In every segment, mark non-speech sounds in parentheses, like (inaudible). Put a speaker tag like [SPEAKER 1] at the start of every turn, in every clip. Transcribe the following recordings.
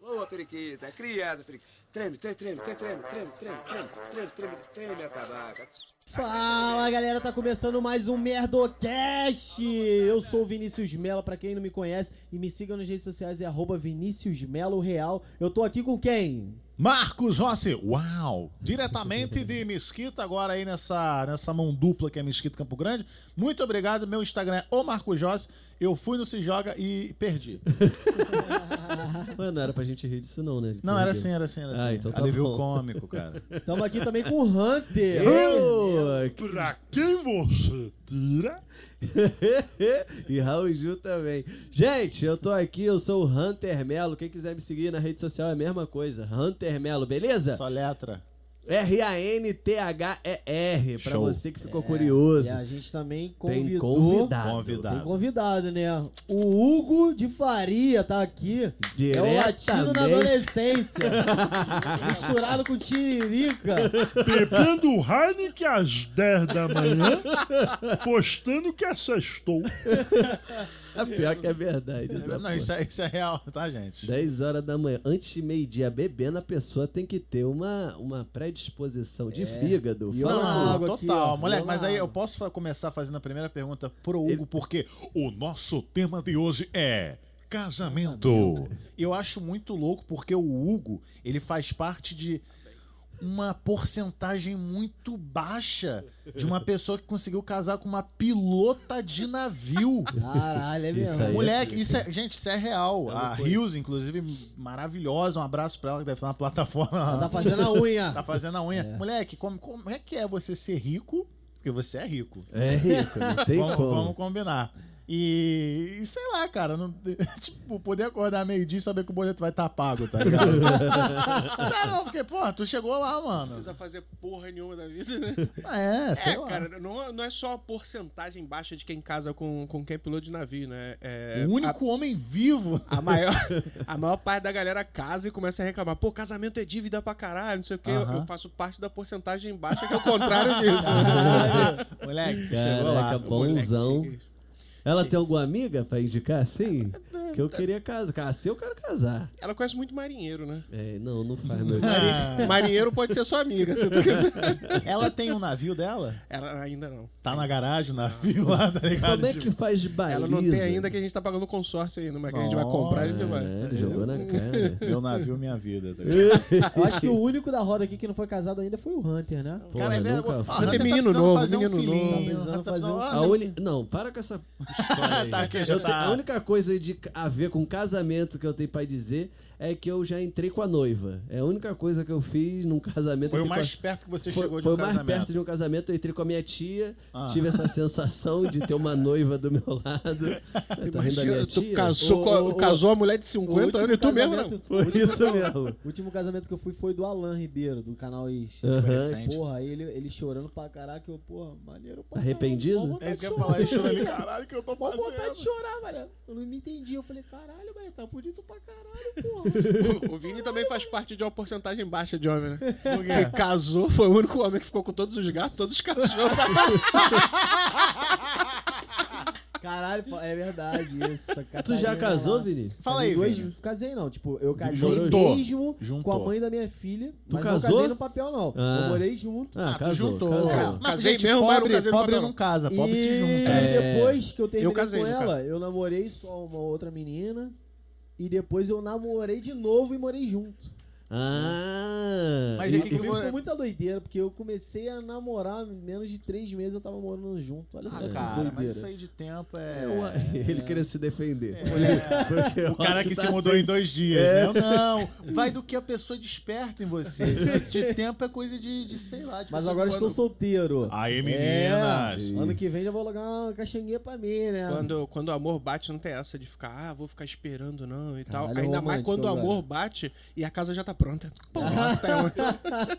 [SPEAKER 1] Boa, periquita, é criança, periquita. Treme, treme, treme, treme, treme, treme, treme, treme, treme, treme, treme a tabaca.
[SPEAKER 2] Fala galera, tá começando mais um Merdocast! Eu sou o Vinícius Melo, pra quem não me conhece, e me sigam nas redes sociais é arroba Vinícius Melo Real. Eu tô aqui com quem?
[SPEAKER 3] Marcos Rossi, uau! Diretamente de Mesquita, agora aí nessa, nessa mão dupla que é Mesquita Campo Grande. Muito obrigado, meu Instagram é o Marcos Rossi. Eu fui no Se Joga e
[SPEAKER 4] (laughs)
[SPEAKER 3] perdi.
[SPEAKER 4] Mas não era pra gente rir disso, não, né?
[SPEAKER 3] Não, era assim, era assim, era assim.
[SPEAKER 4] Ah, então tá
[SPEAKER 3] Alívio
[SPEAKER 4] bom.
[SPEAKER 3] cômico,
[SPEAKER 4] (laughs)
[SPEAKER 3] cara.
[SPEAKER 2] Tamo aqui também com o Hunter!
[SPEAKER 5] Pra quem você tira?
[SPEAKER 4] (laughs) e Raul Ju também. Gente, eu tô aqui, eu sou o Hunter Melo. Quem quiser me seguir na rede social é a mesma coisa. Hunter Melo, beleza?
[SPEAKER 3] É. Só letra.
[SPEAKER 4] R-A-N-T-H-E-R, pra
[SPEAKER 3] Show.
[SPEAKER 4] você que ficou
[SPEAKER 2] E
[SPEAKER 4] curioso.
[SPEAKER 2] a gente também
[SPEAKER 4] Tem
[SPEAKER 2] convidou...
[SPEAKER 4] convidado.
[SPEAKER 2] Tem
[SPEAKER 3] Convidado.
[SPEAKER 2] convidado, né? O Hugo de Faria tá aqui. É o latino na
[SPEAKER 4] Diretamente. (laughs)
[SPEAKER 2] adolescência. misturado com tiririca.
[SPEAKER 3] (laughs)
[SPEAKER 5] Bebendo Heineken às 10 da manhã, postando que é assestou.
[SPEAKER 4] A pior que é verdade. essa
[SPEAKER 3] Não, isso é, isso é real, tá, gente?
[SPEAKER 4] 10 horas da manhã, antes de meio-dia, bebendo, a pessoa tem que ter uma, uma predisposição de fígado.
[SPEAKER 2] E
[SPEAKER 3] Não,
[SPEAKER 2] olha
[SPEAKER 4] Fala,
[SPEAKER 2] lá, água
[SPEAKER 3] total,
[SPEAKER 2] aqui, ó.
[SPEAKER 3] moleque,
[SPEAKER 2] Viola
[SPEAKER 3] mas aí
[SPEAKER 2] água.
[SPEAKER 3] eu posso fa- começar fazendo a primeira pergunta pro Hugo, porque o nosso tema de hoje é casamento. Eu acho muito louco porque o Hugo, ele faz parte de uma porcentagem muito baixa de uma pessoa que conseguiu casar com uma pilota de navio.
[SPEAKER 2] Caralho, é mesmo.
[SPEAKER 4] Isso aí.
[SPEAKER 3] Moleque, isso é, gente, isso é real. A Rios, inclusive, maravilhosa. Um abraço pra ela que deve estar na plataforma.
[SPEAKER 2] Ela tá fazendo a unha.
[SPEAKER 3] Tá fazendo a unha. Moleque, como, como é que é você ser rico? Porque você é rico.
[SPEAKER 4] É rico, não tem
[SPEAKER 3] Vamos,
[SPEAKER 4] como.
[SPEAKER 3] vamos combinar. E, e sei lá, cara, não- (laughs) tipo, poder acordar meio-dia e saber que o boleto vai estar pago, tá ligado? Sério, não, porque, pô, tu chegou lá,
[SPEAKER 6] Não
[SPEAKER 3] mano.
[SPEAKER 6] precisa fazer porra nenhuma da vida, né?
[SPEAKER 3] Ah, É, sei
[SPEAKER 6] É,
[SPEAKER 3] lá.
[SPEAKER 6] cara, não, não é só a porcentagem baixa de quem casa com, com quem é piloto de navio, né? É,
[SPEAKER 3] o único homem vivo.
[SPEAKER 6] A, a maior, (laughs) a maior parte da galera casa e começa a reclamar. Pô, casamento é dívida pra caralho, não sei o quê. Eu-
[SPEAKER 3] Aham.
[SPEAKER 6] Eu, faço parte da porcentagem baixa, que é o contrário disso.
[SPEAKER 3] (laughs) Moleque, você chegou lá.
[SPEAKER 4] Caraca, bonzão. Ela tem alguma amiga pra
[SPEAKER 3] (laughs)
[SPEAKER 4] indicar, assim? que eu queria casar. Ah, se eu quero casar.
[SPEAKER 6] Ela conhece muito marinheiro, né?
[SPEAKER 4] É, não, não
[SPEAKER 3] (laughs)
[SPEAKER 4] faz meu
[SPEAKER 3] Ah,
[SPEAKER 6] Marinheiro pode ser sua amiga, se tu quiser.
[SPEAKER 3] ela tem um navio dela?
[SPEAKER 6] Ela ainda não.
[SPEAKER 3] Tá na garagem, o navio lá, tá ligado?
[SPEAKER 4] Como é que faz de baliza?
[SPEAKER 6] Ela não tem ainda que a gente tá pagando consórcio ainda, mas que a gente vai comprar, a gente vai.
[SPEAKER 4] Caralho, né? jogou na
[SPEAKER 3] (laughs)
[SPEAKER 4] cara.
[SPEAKER 3] Meu navio, minha vida, tá ligado?
[SPEAKER 2] Eu acho que o único da roda aqui que não foi casado ainda foi o Hunter, né?
[SPEAKER 4] Porra,
[SPEAKER 3] é verdade.
[SPEAKER 4] nunca
[SPEAKER 3] Ah,
[SPEAKER 4] fui.
[SPEAKER 3] Hunter
[SPEAKER 6] Tem menino
[SPEAKER 3] precisando
[SPEAKER 6] novo,
[SPEAKER 3] fazer
[SPEAKER 6] menino
[SPEAKER 3] um filhinho,
[SPEAKER 6] novo.
[SPEAKER 3] Hunter
[SPEAKER 2] Precisando
[SPEAKER 3] tá
[SPEAKER 2] fazer um
[SPEAKER 3] precisando-
[SPEAKER 4] A uni... Não, para com essa história
[SPEAKER 3] (laughs)
[SPEAKER 4] aí.
[SPEAKER 3] Tá, aqui já
[SPEAKER 4] Eu tenho-
[SPEAKER 3] tá.
[SPEAKER 4] (laughs) A única coisa de... a ver com casamento que eu tenho pra dizer é que eu já entrei com a noiva. É a única coisa que eu fiz num casamento.
[SPEAKER 3] Foi
[SPEAKER 4] eu
[SPEAKER 3] o
[SPEAKER 4] entrei
[SPEAKER 3] mais
[SPEAKER 4] com a-
[SPEAKER 3] perto que você
[SPEAKER 4] Foi,
[SPEAKER 3] chegou de
[SPEAKER 4] foi
[SPEAKER 3] um
[SPEAKER 4] o mais
[SPEAKER 3] casamento.
[SPEAKER 4] perto de um casamento, eu entrei com a minha tia,
[SPEAKER 3] Ah.
[SPEAKER 4] tive
[SPEAKER 3] (laughs)
[SPEAKER 4] essa sensação de ter uma noiva do meu lado.
[SPEAKER 3] (laughs)
[SPEAKER 4] Eu tô rindo da minha
[SPEAKER 6] Imagina, tu
[SPEAKER 4] tia.
[SPEAKER 6] casou,
[SPEAKER 2] Ô,
[SPEAKER 6] com a-
[SPEAKER 2] ô, ô,
[SPEAKER 6] casou a mulher de
[SPEAKER 2] O
[SPEAKER 6] 50
[SPEAKER 2] último
[SPEAKER 4] então é
[SPEAKER 6] anos e tu mesmo, né?
[SPEAKER 4] né?
[SPEAKER 2] casamento-
[SPEAKER 6] não.
[SPEAKER 4] Foi isso mesmo.
[SPEAKER 2] O último casamento que eu fui foi do Alan Ribeiro, do canal Is.
[SPEAKER 4] Aham.
[SPEAKER 2] Porra, aí ele, ele chorando pra caraca, eu, porra, maneiro pra
[SPEAKER 4] Arrependido?
[SPEAKER 2] caralho, mó vontade
[SPEAKER 3] É isso
[SPEAKER 2] de
[SPEAKER 3] que
[SPEAKER 4] (laughs)
[SPEAKER 3] eu ia
[SPEAKER 2] chorar,
[SPEAKER 3] falar, ele chorou ali,
[SPEAKER 2] velho.
[SPEAKER 3] caralho, que eu tô
[SPEAKER 2] Mó vontade de
[SPEAKER 3] fazendo.
[SPEAKER 2] chorar, velho. Eu não me entendi. Eu falei, caralho, velho, tá bonito pra caralho, porra.
[SPEAKER 4] (laughs)
[SPEAKER 6] (laughs) O, o Vini também faz parte de uma porcentagem baixa
[SPEAKER 2] (laughs)
[SPEAKER 6] de homem, né? Que casou, foi o único homem que ficou com todos os gatos, todos os cachorros.
[SPEAKER 2] Caralho, fa- é verdade isso. tá-
[SPEAKER 4] Tu já
[SPEAKER 2] Catarina
[SPEAKER 3] é
[SPEAKER 4] casou,
[SPEAKER 2] lá.
[SPEAKER 4] Vini?
[SPEAKER 3] Fala
[SPEAKER 2] Casei
[SPEAKER 3] aí,
[SPEAKER 2] duas,
[SPEAKER 3] Vini.
[SPEAKER 2] Casei não, tipo, eu casei
[SPEAKER 3] Juntou.
[SPEAKER 2] mesmo com a
[SPEAKER 3] Juntou.
[SPEAKER 2] mãe da minha filha. mas
[SPEAKER 4] casou?
[SPEAKER 2] não casei no papel, não.
[SPEAKER 4] Ah.
[SPEAKER 2] Eu morei junto.
[SPEAKER 4] Ah,
[SPEAKER 3] Ah, tu
[SPEAKER 4] casou.
[SPEAKER 3] juntou.
[SPEAKER 4] casou.
[SPEAKER 2] É.
[SPEAKER 3] Mas,
[SPEAKER 6] Casei
[SPEAKER 3] gente,
[SPEAKER 6] mesmo, mas não
[SPEAKER 3] pobre,
[SPEAKER 6] casei no
[SPEAKER 3] pobre
[SPEAKER 6] papel,
[SPEAKER 3] não casa, pobre
[SPEAKER 2] e
[SPEAKER 3] se junta.
[SPEAKER 4] É,
[SPEAKER 2] depois que eu terminei
[SPEAKER 6] Eu casei,
[SPEAKER 2] com
[SPEAKER 6] no
[SPEAKER 2] ela,
[SPEAKER 6] caso.
[SPEAKER 2] eu namorei só uma outra menina. E depois eu namorei de novo e morei junto.
[SPEAKER 4] Ah.
[SPEAKER 3] Mas
[SPEAKER 2] e
[SPEAKER 3] é que que
[SPEAKER 2] comigo
[SPEAKER 3] vo-
[SPEAKER 2] foi muita doideira, porque eu comecei a namorar menos de três meses, eu tava morando junto. Olha só
[SPEAKER 3] Ah,
[SPEAKER 2] que
[SPEAKER 3] cara, mas isso
[SPEAKER 2] doideira.
[SPEAKER 3] aí de tempo é...
[SPEAKER 4] Ué, Ele queria se defender.
[SPEAKER 3] O cara que
[SPEAKER 4] tá
[SPEAKER 3] se mudou em dois dias, né?
[SPEAKER 4] É. (laughs)
[SPEAKER 3] Não, vai do que a pessoa desperta em você. Esse lance de tempo é coisa de, de sei lá. de
[SPEAKER 2] Mas
[SPEAKER 3] pessoa
[SPEAKER 2] agora
[SPEAKER 3] que
[SPEAKER 2] estou
[SPEAKER 3] quando- Ah,
[SPEAKER 2] solteiro.
[SPEAKER 3] Aí,
[SPEAKER 2] É, ano que vem já vou alugar uma caixinha pra mim, né?
[SPEAKER 6] (laughs) Quando, quando o amor bate, não tem essa de ficar, ah, vou ficar esperando, não, e tal.
[SPEAKER 2] Caralho, é
[SPEAKER 6] Ainda mais
[SPEAKER 2] romântico,
[SPEAKER 6] quando o
[SPEAKER 2] velho. Ah,
[SPEAKER 6] amor bate e a casa já tá pronta. Porra, tá
[SPEAKER 2] (laughs)
[SPEAKER 6] pronta.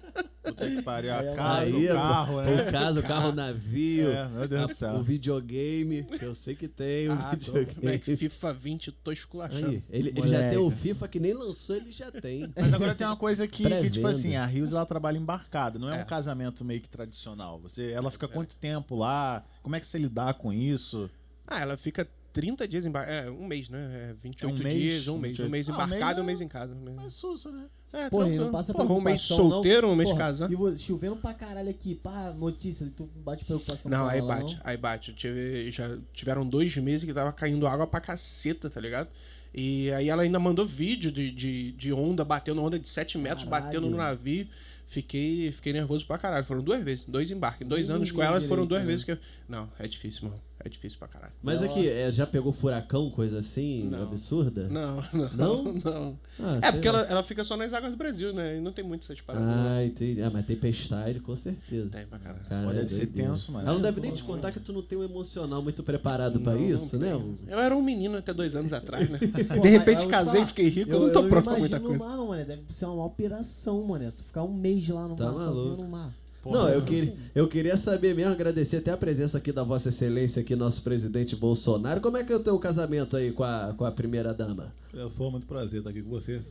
[SPEAKER 3] Pariu,
[SPEAKER 2] Aí,
[SPEAKER 3] a casa,
[SPEAKER 4] Aí,
[SPEAKER 3] o carro, né?
[SPEAKER 4] O caso, o carro, o navio.
[SPEAKER 3] É, meu Deus
[SPEAKER 4] a-
[SPEAKER 3] do céu.
[SPEAKER 4] O videogame, que eu sei que tem. O
[SPEAKER 6] Ah, tô,
[SPEAKER 4] videogame.
[SPEAKER 6] moleque, FIFA 20, tô esculachando.
[SPEAKER 4] Aí, ele, ele já
[SPEAKER 3] Moleque.
[SPEAKER 4] tem o FIFA que nem lançou, ele já tem.
[SPEAKER 3] Mas agora tem uma coisa que, que, tipo
[SPEAKER 4] Pré-venda.
[SPEAKER 3] assim, a Rios ela trabalha embarcada, não é, um casamento meio que é tradicional. Você, ela fica quanto tempo lá? Como é que você lidar com isso?
[SPEAKER 6] Ah, ela fica 30 dias embarcado. É, um mês, né? É 28
[SPEAKER 3] É um mês,
[SPEAKER 6] dias, um mês. Um mês
[SPEAKER 3] 28. Ah, mês
[SPEAKER 6] embarcado,
[SPEAKER 3] é-
[SPEAKER 6] um mês em casa. Um mês-
[SPEAKER 3] Mas sussa, né?
[SPEAKER 4] Tá
[SPEAKER 6] É,
[SPEAKER 2] Porra, e
[SPEAKER 6] tranquilo.
[SPEAKER 2] não passa
[SPEAKER 6] Porra, um
[SPEAKER 2] preocupação,
[SPEAKER 6] mês solteiro,
[SPEAKER 2] não.
[SPEAKER 6] um mês
[SPEAKER 2] Porra,
[SPEAKER 6] casado.
[SPEAKER 2] E vou- chovendo pra caralho aqui, pá, notícia, tu bate preocupação
[SPEAKER 6] Não,
[SPEAKER 2] com
[SPEAKER 6] aí
[SPEAKER 2] ela,
[SPEAKER 6] bate, aí bate. Tive- já tiveram dois meses que tava caindo água pra caceta, tá ligado? E aí ela ainda mandou vídeo de, de, de onda, batendo onda de 7 metros,
[SPEAKER 2] Caralho.
[SPEAKER 6] batendo no navio. Fiquei, fiquei nervoso pra caralho. Foram duas vezes, dois embarques. Dois
[SPEAKER 2] Nem
[SPEAKER 6] anos com
[SPEAKER 2] ninguém
[SPEAKER 6] ela foram
[SPEAKER 2] direito,
[SPEAKER 6] duas
[SPEAKER 2] né?
[SPEAKER 6] vezes que eu... Não, é difícil, mano. É difícil pra caralho.
[SPEAKER 4] Mas
[SPEAKER 2] Não.
[SPEAKER 4] aqui, é, já pegou furacão, coisa assim, absurda?
[SPEAKER 6] Não, (laughs) não.
[SPEAKER 4] Não?
[SPEAKER 6] não.
[SPEAKER 4] Ah,
[SPEAKER 6] é
[SPEAKER 4] sei
[SPEAKER 6] porque
[SPEAKER 4] lá.
[SPEAKER 6] ela, ela fica só nas águas do Brasil, né? E não tem muito essas paradas.
[SPEAKER 4] Ah, entendi. Ah, mas tempestade, com certeza.
[SPEAKER 6] Tem pra caralho.
[SPEAKER 4] Cara,
[SPEAKER 3] Pô, deve
[SPEAKER 4] é
[SPEAKER 3] ser
[SPEAKER 4] doideira.
[SPEAKER 3] tenso, mano.
[SPEAKER 4] Ela não deve nem te contar que tu não tem um emocional muito preparado pra isso, né?
[SPEAKER 6] Eu era um menino até dois anos atrás, né?
[SPEAKER 2] Porra,
[SPEAKER 6] de repente
[SPEAKER 2] aí eu
[SPEAKER 6] casei,
[SPEAKER 2] falo,
[SPEAKER 6] fiquei rico, eu, não tô pronto pra muita coisa.
[SPEAKER 2] Eu imagino o mar, mano, deve ser uma maior operação, mano. Tu ficar um mês lá no
[SPEAKER 4] Tá
[SPEAKER 2] mar, só
[SPEAKER 4] maluco.
[SPEAKER 2] vendo o mar.
[SPEAKER 4] não, eu queria, eu queria saber mesmo, agradecer até a presença aqui da Vossa Excelência, aqui, nosso presidente Bolsonaro. Como é que é o teu casamento aí com a, com a primeira dama?
[SPEAKER 3] É, Foi muito prazer estar aqui com vocês.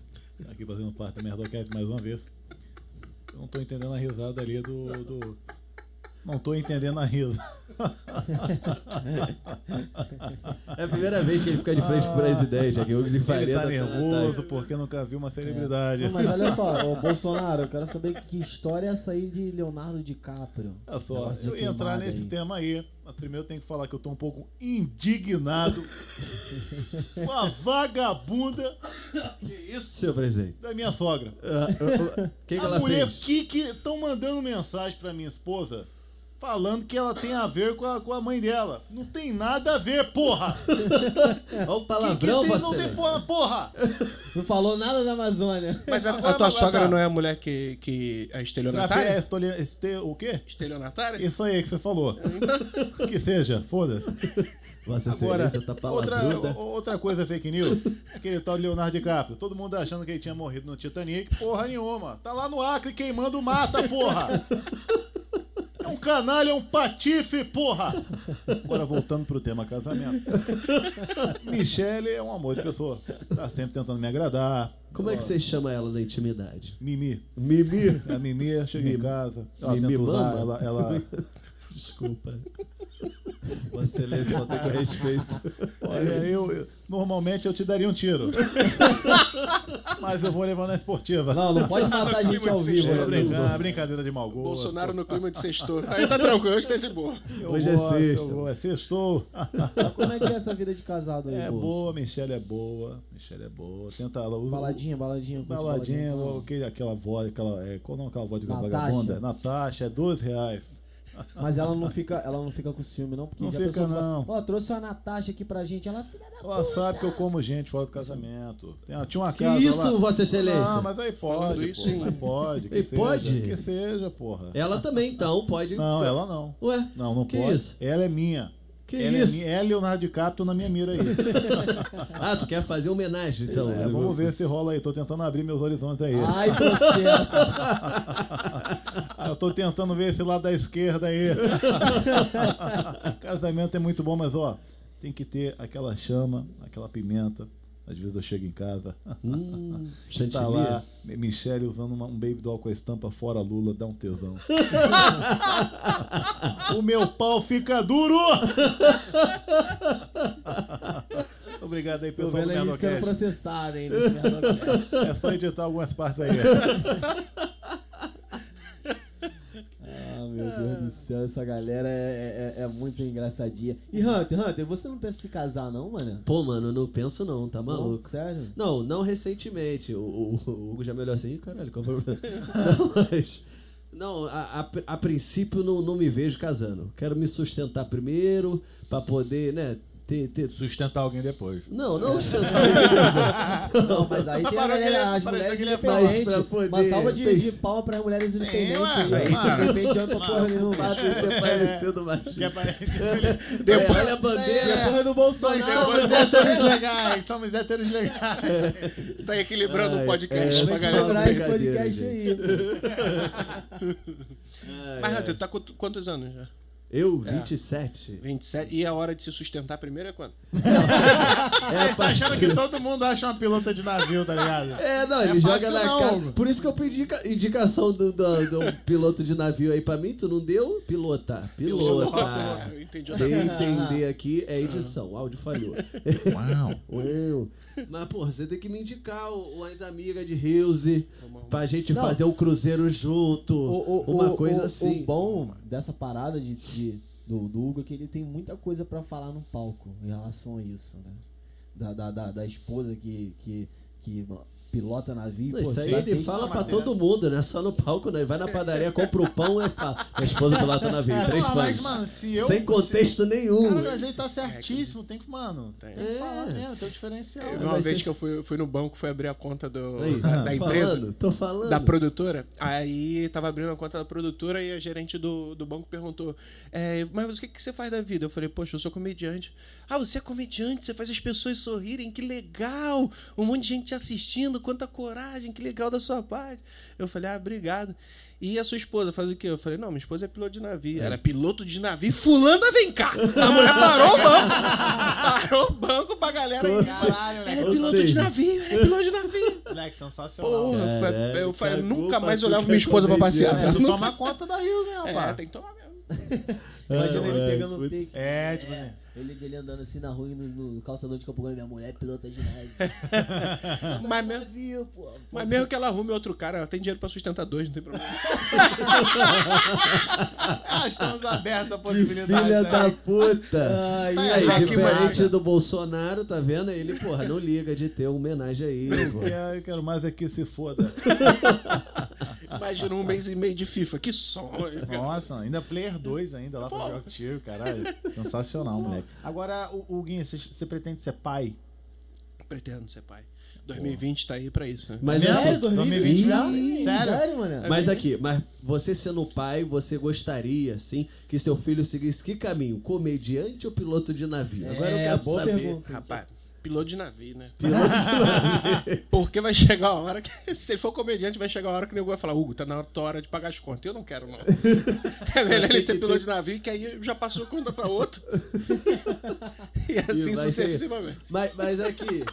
[SPEAKER 3] Aqui fazendo parte da Merdocast mais uma vez. Eu não tô entendendo a risada ali do. do- Não tô entendendo a risa.
[SPEAKER 4] É a primeira vez que ele fica de frente pro presidente aqui. O Hugo de
[SPEAKER 3] Ele
[SPEAKER 4] Faria
[SPEAKER 3] tá nervoso porque nunca viu uma celebridade.
[SPEAKER 2] Não, mas olha só, ô, Bolsonaro, eu quero saber que história é essa aí de Leonardo DiCaprio.
[SPEAKER 3] Olha É só,
[SPEAKER 2] Negócio de
[SPEAKER 3] se eu entrar
[SPEAKER 2] queimada
[SPEAKER 3] nesse
[SPEAKER 2] aí.
[SPEAKER 3] tema aí, mas primeiro eu tenho que falar que eu tô um pouco
[SPEAKER 4] (laughs)
[SPEAKER 3] indignado com a vagabunda
[SPEAKER 4] Isso, seu presidente.
[SPEAKER 3] da minha sogra.
[SPEAKER 4] Ah, ah, ah, (laughs) O que, que
[SPEAKER 3] a
[SPEAKER 4] ela
[SPEAKER 3] mulher
[SPEAKER 4] fez?
[SPEAKER 3] que estão mandando mensagem pra minha esposa falando que ela tem a ver com a, com a mãe dela. Não tem nada a ver,
[SPEAKER 4] (laughs)
[SPEAKER 3] porra!
[SPEAKER 4] Olha
[SPEAKER 3] Que
[SPEAKER 4] o
[SPEAKER 3] que
[SPEAKER 4] palavrão,
[SPEAKER 3] tem-
[SPEAKER 4] Vossa
[SPEAKER 3] não tem
[SPEAKER 4] Excelência.
[SPEAKER 3] porra, porra!
[SPEAKER 2] Não falou nada da Amazônia.
[SPEAKER 6] Mas a, a
[SPEAKER 3] Vai,
[SPEAKER 6] tua
[SPEAKER 3] vai,
[SPEAKER 6] sogra
[SPEAKER 3] vai.
[SPEAKER 6] não é a mulher que, que é estelionatária?
[SPEAKER 3] Través, tole- este- o quê?
[SPEAKER 6] Estelionatária?
[SPEAKER 3] Isso aí que você
[SPEAKER 4] (laughs)
[SPEAKER 3] falou. que seja, foda-se.
[SPEAKER 4] Vossa
[SPEAKER 3] Agora,
[SPEAKER 4] Excelência tá palavruda.
[SPEAKER 3] outra, o- outra coisa fake news, aquele tal de Leonardo DiCaprio. Todo mundo achando que ele tinha morrido no Titanic, porra nenhuma. Tá lá no Acre queimando mata, porra. É um canalha, é um patife, porra. Agora voltando pro tema casamento. Michele é um amor de pessoa. Tá sempre tentando me agradar.
[SPEAKER 4] Como é que você chama ela na intimidade?
[SPEAKER 3] Mimi.
[SPEAKER 4] Mimi.
[SPEAKER 3] A Mimi chega em casa. Ela
[SPEAKER 4] Mimi
[SPEAKER 3] tenta usar,
[SPEAKER 4] Bamba?
[SPEAKER 3] ela- ela,
[SPEAKER 4] Desculpa. Vossa Excelência, falta com respeito.
[SPEAKER 3] Olha, eu, eu- normalmente eu te daria um tiro. Mas eu vou levar na esportiva.
[SPEAKER 2] Não, não
[SPEAKER 6] (laughs)
[SPEAKER 2] pode
[SPEAKER 6] Tá
[SPEAKER 2] matar a gente ao vivo.
[SPEAKER 3] Tô
[SPEAKER 2] né, amigo?
[SPEAKER 3] brincando, ah, brincadeira de mau gosto.
[SPEAKER 6] Bolsonaro no clima de (laughs) sexto. Aí tá tranquilo, hoje tá de boa.
[SPEAKER 3] Eu
[SPEAKER 4] Hoje é
[SPEAKER 3] gosto,
[SPEAKER 4] sexta.
[SPEAKER 3] Eu vou, é sextou.
[SPEAKER 2] Mas Como é que é essa vida de casado aí,
[SPEAKER 3] (laughs) É
[SPEAKER 2] Bolso?
[SPEAKER 3] boa, Michelle é boa. Michelle é boa. Tenta ela. o-
[SPEAKER 2] Baladinha, baladinha. curte
[SPEAKER 3] Baladinha,
[SPEAKER 6] então.
[SPEAKER 2] baladinha.
[SPEAKER 3] aquele- aquela voz, aquela. É, qual não aquela voz de
[SPEAKER 2] Natasha.
[SPEAKER 3] vagabunda? Natasha, é dois reais.
[SPEAKER 2] Mas ela não fica, ela não fica com ciúme, não, porque
[SPEAKER 3] Não
[SPEAKER 2] já
[SPEAKER 3] fica,
[SPEAKER 2] pensou, fala,
[SPEAKER 3] não.
[SPEAKER 2] Ó, trouxe a Natasha aqui pra gente. Ela é filha da
[SPEAKER 3] Ela sabe que eu como gente fora do casamento. Tem uma- Tinha uma
[SPEAKER 4] Que
[SPEAKER 3] casa
[SPEAKER 4] isso,
[SPEAKER 3] lá.
[SPEAKER 4] Vossa Excelência?
[SPEAKER 3] Não, mas aí
[SPEAKER 6] Falando
[SPEAKER 3] pode.
[SPEAKER 6] isso,
[SPEAKER 3] pô,
[SPEAKER 6] hein?
[SPEAKER 3] mas pode. Que
[SPEAKER 4] E
[SPEAKER 3] seja,
[SPEAKER 4] pode?
[SPEAKER 3] Que seja, porra.
[SPEAKER 4] Ela também, então, pode.
[SPEAKER 3] Não, ela não.
[SPEAKER 4] Ué?
[SPEAKER 3] Não, não
[SPEAKER 4] que
[SPEAKER 3] pode.
[SPEAKER 4] isso?
[SPEAKER 3] Ela é minha.
[SPEAKER 4] Que
[SPEAKER 3] ela
[SPEAKER 4] isso?
[SPEAKER 3] É minha. Ela e Leonardo DiCaprio na minha mira aí.
[SPEAKER 4] (laughs) Ah, tu quer fazer homenagem, então.
[SPEAKER 3] É, vamos ver se rola aí. Tô tentando abrir meus horizontes aí.
[SPEAKER 2] Ai, processo.
[SPEAKER 3] Ah, eu tô tentando ver esse lado da esquerda aí. Casamento é muito bom, mas ó, tem que ter aquela chama, aquela pimenta. Às vezes eu chego em casa,
[SPEAKER 4] Hum, chantilly.
[SPEAKER 3] (laughs) tá lá, Michele usando uma- um baby doll com a estampa fora Lula, dá um tesão. o meu pau fica duro! Obrigado aí,
[SPEAKER 2] Tô
[SPEAKER 3] pessoal do
[SPEAKER 2] vendo ele sendo
[SPEAKER 3] Merdocast.
[SPEAKER 2] processado, hein, nesse Merdocast.
[SPEAKER 3] É só editar algumas partes aí.
[SPEAKER 2] (laughs) Ah, meu Deus do céu, essa galera é, é- é muito engraçadinha. E Hunter, Hunter, você não pensa em se casar, não, mano?
[SPEAKER 4] Pô, mano, eu não penso não, tá maluco?
[SPEAKER 2] Sério?
[SPEAKER 4] Não, não recentemente. O, o- o Hugo já melhorou assim, "Ih, caralho, qual é
[SPEAKER 3] (laughs)
[SPEAKER 4] o problema? Não, mas- não, a, a- a princípio não, não me vejo casando. Quero me sustentar primeiro, pra poder, né, ter... ter...
[SPEAKER 3] Sustentar alguém depois.
[SPEAKER 4] Não,
[SPEAKER 3] É.
[SPEAKER 4] não
[SPEAKER 3] (laughs)
[SPEAKER 4] sustentar.
[SPEAKER 2] Não, mas aí tem a
[SPEAKER 3] Parou que ele-
[SPEAKER 2] galera, as
[SPEAKER 3] pareceu
[SPEAKER 2] mulheres
[SPEAKER 3] que ele ia
[SPEAKER 4] falar.
[SPEAKER 2] independentes.
[SPEAKER 4] Mas pra poder-
[SPEAKER 2] Uma salva de,
[SPEAKER 4] Pense-
[SPEAKER 2] de palma pras mulheres independentes.
[SPEAKER 3] ué,
[SPEAKER 2] né?
[SPEAKER 3] aí,
[SPEAKER 2] de repente anda pra porra nenhuma.
[SPEAKER 3] É.
[SPEAKER 4] Parecendo machista.
[SPEAKER 6] Depois-
[SPEAKER 4] Olha a bandeira.
[SPEAKER 3] É.
[SPEAKER 2] Porra do
[SPEAKER 3] Nós
[SPEAKER 2] Bolsonaro.
[SPEAKER 3] (laughs) somos héteros legais, somos héteros legais.
[SPEAKER 6] Tá equilibrando
[SPEAKER 4] Ai,
[SPEAKER 6] o podcast
[SPEAKER 4] é,
[SPEAKER 2] Vai
[SPEAKER 6] pra
[SPEAKER 4] essa-
[SPEAKER 6] galera.
[SPEAKER 2] quebrar esse
[SPEAKER 4] Brincadeira,
[SPEAKER 2] podcast aí.
[SPEAKER 6] Mas, Hunter, tu tá com quantos anos já?
[SPEAKER 4] Eu,
[SPEAKER 3] É.
[SPEAKER 4] 27.
[SPEAKER 6] 27. E a hora de se sustentar primeiro é quando?
[SPEAKER 4] É, a
[SPEAKER 3] Tá achando que
[SPEAKER 4] partir-
[SPEAKER 3] todo mundo acha uma pilota de navio, tá ligado?
[SPEAKER 4] É, não,
[SPEAKER 3] É
[SPEAKER 4] ele joga
[SPEAKER 3] fácil
[SPEAKER 4] na
[SPEAKER 3] não,
[SPEAKER 4] cara.
[SPEAKER 3] mano.
[SPEAKER 4] Por isso que eu pedi ca- indicação do, do- do piloto de navio aí pra mim. Tu não deu? Pilota. Pilota.
[SPEAKER 6] Eu entendi.
[SPEAKER 4] Dei a entender aqui, é edição. O áudio falhou.
[SPEAKER 3] Uau.
[SPEAKER 4] Uau. Mas, porra, você tem que me indicar o, o as amigas de Hilse
[SPEAKER 6] um
[SPEAKER 4] pra gente
[SPEAKER 2] Não.
[SPEAKER 4] fazer o cruzeiro junto.
[SPEAKER 2] O- o-
[SPEAKER 4] uma
[SPEAKER 2] o-
[SPEAKER 4] coisa
[SPEAKER 2] o-
[SPEAKER 4] assim.
[SPEAKER 2] O bom dessa parada de, de- do, do Hugo é que ele tem muita coisa pra falar no palco em relação a isso, né? Da, da, da, da esposa que, que, que pilota navio.
[SPEAKER 4] Não,
[SPEAKER 2] pô,
[SPEAKER 4] isso aí
[SPEAKER 2] sabe?
[SPEAKER 4] ele
[SPEAKER 2] Tem-
[SPEAKER 4] fala
[SPEAKER 3] na
[SPEAKER 4] pra
[SPEAKER 3] matéria.
[SPEAKER 4] todo mundo, né? Só no palco, né? Vai na padaria, compra o pão e fala. Minha esposa pilota navio, três
[SPEAKER 3] É, Não, mas,
[SPEAKER 4] fãs.
[SPEAKER 3] mano, se eu-
[SPEAKER 4] Sem contexto nenhum.
[SPEAKER 3] Cara, mas ele tá certíssimo, tem que, mano, tem que
[SPEAKER 4] É.
[SPEAKER 3] falar mesmo, tem o diferencial.
[SPEAKER 6] Eu vi
[SPEAKER 3] né?
[SPEAKER 6] uma
[SPEAKER 4] Mas
[SPEAKER 6] vez
[SPEAKER 4] você-
[SPEAKER 6] que eu fui, fui no banco, fui abrir a conta do, tá
[SPEAKER 4] Aí,
[SPEAKER 6] (laughs) da,
[SPEAKER 4] tô
[SPEAKER 6] da empresa,
[SPEAKER 4] falando, tô falando.
[SPEAKER 6] da produtora. Aí tava abrindo a conta da produtora e a gerente do, do banco perguntou: é, Mas o que, que você faz da vida? Eu falei: Poxa, eu sou comediante. Ah, você é comediante, você faz as pessoas sorrirem, que legal! Um monte de gente te assistindo, quanta coragem, que legal da sua parte. Eu falei: Ah, obrigado. E a sua esposa faz o quê? Eu falei: Não, minha esposa é piloto de navio. Ela é piloto de navio, fulana, vem cá! A mulher parou o banco! Parou o banco pra galera
[SPEAKER 4] Ou
[SPEAKER 6] aí.
[SPEAKER 4] seja-
[SPEAKER 3] Caralho,
[SPEAKER 6] Ela é
[SPEAKER 4] Ou
[SPEAKER 3] moleque.
[SPEAKER 6] piloto de
[SPEAKER 4] seja-
[SPEAKER 6] navio, ela é piloto de navio.
[SPEAKER 3] Moleque, sensacional.
[SPEAKER 6] Porra, eu falei-
[SPEAKER 4] Caralho,
[SPEAKER 6] eu falei,
[SPEAKER 4] cara,
[SPEAKER 6] nunca
[SPEAKER 4] culpa
[SPEAKER 6] mais
[SPEAKER 4] é, tu
[SPEAKER 6] olhava
[SPEAKER 4] que
[SPEAKER 6] minha
[SPEAKER 4] é
[SPEAKER 6] esposa pra passear.
[SPEAKER 4] comediante.
[SPEAKER 3] É, tu
[SPEAKER 6] (laughs) Nunca-
[SPEAKER 3] toma conta da Rios, né,
[SPEAKER 6] É,
[SPEAKER 3] rapaz?
[SPEAKER 6] tem que tomar mesmo.
[SPEAKER 2] Imagina
[SPEAKER 4] É,
[SPEAKER 2] ele
[SPEAKER 4] moleque,
[SPEAKER 2] pegando um
[SPEAKER 4] muito-
[SPEAKER 2] take.
[SPEAKER 3] É, tipo, né?
[SPEAKER 2] Ele dele andando assim na rua, no, no calçador de Campo Grande, minha mulher é pilota de
[SPEAKER 4] (laughs)
[SPEAKER 2] navio.
[SPEAKER 6] Mas mesmo,
[SPEAKER 2] navio, pô.
[SPEAKER 6] mas mesmo que ela arrume outro cara, ela tem dinheiro pra sustentar dois, não tem problema.
[SPEAKER 3] Ah, estamos abertos a
[SPEAKER 4] Que
[SPEAKER 3] possibilidades.
[SPEAKER 4] filha
[SPEAKER 3] né?
[SPEAKER 4] da puta!
[SPEAKER 2] Ai,
[SPEAKER 3] Tá
[SPEAKER 4] Aí,
[SPEAKER 3] errado,
[SPEAKER 4] diferente
[SPEAKER 3] mano.
[SPEAKER 4] do Bolsonaro, tá vendo? Ele, porra, não liga de ter uma homenagem aí.
[SPEAKER 6] (laughs)
[SPEAKER 4] pô.
[SPEAKER 3] É, Eu quero mais aqui, se foda.
[SPEAKER 6] Imagina um mês e meio de FIFA, que sonho. cara.
[SPEAKER 3] Nossa, ainda Player 2 ainda lá pra jogar contigo, caralho. Sensacional, moleque. Agora, o, o Guinha, você, você pretende ser pai?
[SPEAKER 6] Pretendo ser pai. 2020 tá aí pra isso, né?
[SPEAKER 4] Mas
[SPEAKER 2] é
[SPEAKER 3] Não,
[SPEAKER 4] assim,
[SPEAKER 3] 2020 já?
[SPEAKER 2] Ih,
[SPEAKER 3] Sério?
[SPEAKER 2] Sério, mano?
[SPEAKER 4] mas aqui, mas você sendo pai, você gostaria, assim, que seu filho seguisse que caminho? Comediante ou piloto de navio? Agora eu quero
[SPEAKER 2] boa
[SPEAKER 4] saber.
[SPEAKER 2] pergunta.
[SPEAKER 6] Rapaz, piloto de navio, né?
[SPEAKER 4] Piloto de navio.
[SPEAKER 6] Porque vai chegar uma hora que, (laughs) se ele for comediante, vai chegar uma hora que o nego vai falar, Hugo, tá na tua hora de pagar as contas. Eu não quero,
[SPEAKER 4] (laughs)
[SPEAKER 6] não. É melhor ele ser piloto de navio, que aí já passou conta
[SPEAKER 4] (laughs)
[SPEAKER 6] pra outro. E assim
[SPEAKER 4] E vai ser-
[SPEAKER 6] sucessivamente.
[SPEAKER 4] (laughs) Mas, mas aqui.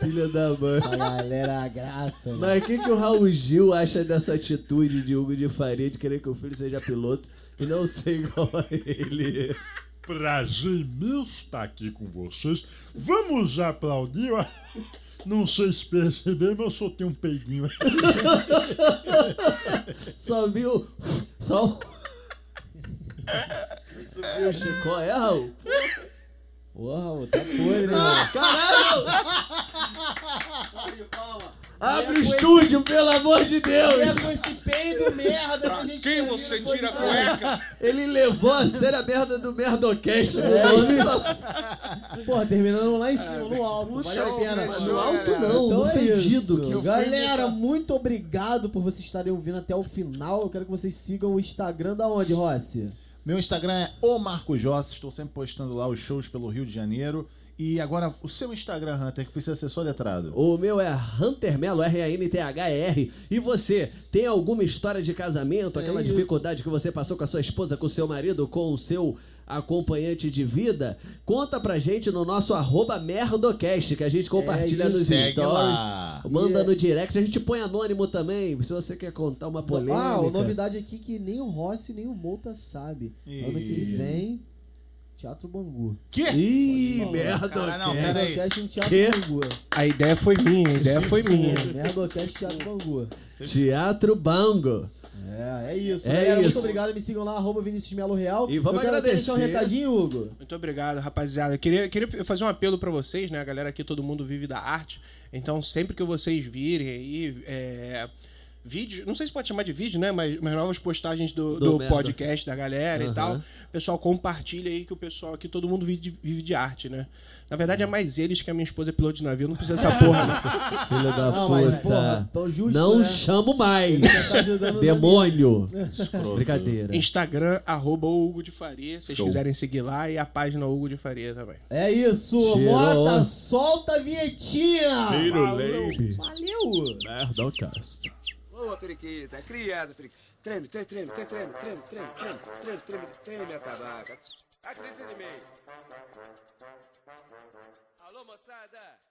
[SPEAKER 4] Filha da mãe.
[SPEAKER 2] A galera, a graça. né?
[SPEAKER 4] Mas o que, que o Raul Gil acha dessa atitude de Hugo de Faria de querer que o filho seja piloto e não (laughs) ser igual a ele?
[SPEAKER 5] Prazer imenso estar aqui com vocês. Vamos aplaudir. ó. Não sei se perceberam, mas eu só tenho um peidinho aqui.
[SPEAKER 4] Só viu. Só. um. o- Subiu o Chicó, é, Raul?
[SPEAKER 2] Porra, Raul, tá podre, né?
[SPEAKER 4] Caralho! Abre o estúdio, pelo amor de
[SPEAKER 2] É
[SPEAKER 4] Deus!
[SPEAKER 2] com esse peito merda que a gente
[SPEAKER 6] Quem você tira a cueca?
[SPEAKER 4] Ele levou a sério a merda do Merdocast né? do
[SPEAKER 2] É
[SPEAKER 4] nome.
[SPEAKER 2] Pô, terminando lá em cima, no alto. Vale a
[SPEAKER 3] show,
[SPEAKER 2] pena,
[SPEAKER 3] né?
[SPEAKER 2] mano.
[SPEAKER 4] No
[SPEAKER 3] Show.
[SPEAKER 4] alto
[SPEAKER 3] galera.
[SPEAKER 4] não,
[SPEAKER 2] Então
[SPEAKER 4] no
[SPEAKER 2] é
[SPEAKER 4] fedido.
[SPEAKER 2] isso.
[SPEAKER 4] que eu fiz.
[SPEAKER 2] Galera, muito obrigado por vocês estarem ouvindo até o final. Eu quero que vocês sigam o Instagram da onde, Rossi?
[SPEAKER 3] Meu Instagram é o Marco Jossa, estou sempre postando lá os shows pelo Rio de Janeiro. E agora, o seu Instagram, Hunter, que precisa ser só letrado.
[SPEAKER 4] O meu é Hunter Melo, R-A-N-T-H-E-R. E você, tem alguma história de casamento, aquela
[SPEAKER 2] É isso.
[SPEAKER 4] dificuldade que você passou com a sua esposa, com o seu marido, com o seu acompanhante de vida? Conta pra gente no nosso arroba merdocast, que a gente compartilha
[SPEAKER 2] É isso.
[SPEAKER 4] nos
[SPEAKER 3] Segue
[SPEAKER 4] stories.
[SPEAKER 3] lá.
[SPEAKER 4] Manda
[SPEAKER 2] E é-
[SPEAKER 4] no direct, a gente põe anônimo também, se você quer contar uma polêmica.
[SPEAKER 2] Ah, uma novidade aqui que nem o Rossi nem o Mouta sabe. Ano que
[SPEAKER 3] Ih.
[SPEAKER 2] vem, Teatro Bangu.
[SPEAKER 3] Que?
[SPEAKER 4] Ih,
[SPEAKER 3] Cara, não, pera
[SPEAKER 4] merdocast.
[SPEAKER 3] aí.
[SPEAKER 2] Merdocast em Teatro
[SPEAKER 4] Quê?
[SPEAKER 2] Bangu.
[SPEAKER 6] A ideia foi minha, a ideia foi minha.
[SPEAKER 2] Merdocast em Teatro Bangu.
[SPEAKER 4] Teatro Bango.
[SPEAKER 2] É, é isso.
[SPEAKER 4] É
[SPEAKER 2] galera,
[SPEAKER 4] isso.
[SPEAKER 2] Muito obrigado. Me sigam lá, arroba Vinícius Melo Real.
[SPEAKER 4] E vamos
[SPEAKER 2] Eu quero
[SPEAKER 4] agradecer.
[SPEAKER 2] deixar um recadinho, Hugo.
[SPEAKER 6] Muito obrigado, rapaziada. Eu queria, queria fazer um apelo pra vocês, né? A galera aqui, todo mundo vive da arte. Então, sempre que vocês virem aí. É... Vídeo, não sei se pode chamar de vídeo, né? Mas, mas novas postagens do,
[SPEAKER 4] Do
[SPEAKER 6] do
[SPEAKER 4] merda.
[SPEAKER 6] podcast da galera
[SPEAKER 4] Aham.
[SPEAKER 6] e tal. Pessoal, compartilha aí que o pessoal aqui, todo mundo vive de, vive de arte, né? Na verdade, é mais eles que a minha esposa é piloto de navio, não precisa essa porra, né?
[SPEAKER 4] Filho da
[SPEAKER 2] Não,
[SPEAKER 4] puta.
[SPEAKER 2] mas, porra, tão justo,
[SPEAKER 4] não
[SPEAKER 2] né?
[SPEAKER 4] chamo mais.
[SPEAKER 2] Tá
[SPEAKER 4] (laughs)
[SPEAKER 2] ajudando os (laughs)
[SPEAKER 4] Demônio. Brincadeira.
[SPEAKER 6] Instagram, arroba Hugo de Faria, se vocês
[SPEAKER 3] Show.
[SPEAKER 6] quiserem seguir lá, e a página Hugo de Faria também.
[SPEAKER 2] É isso,
[SPEAKER 4] Cheirou.
[SPEAKER 2] Mota, solta a vinhetinha!
[SPEAKER 5] Cheiro, lei.
[SPEAKER 2] Valeu!
[SPEAKER 4] É, Merdocast.
[SPEAKER 1] Boa, periquita, é criança, periquita. Treme, treme, treme, treme, treme, treme, treme, treme, treme, treme, treme a tabaca. Acredita em mim. Alô, moçada. é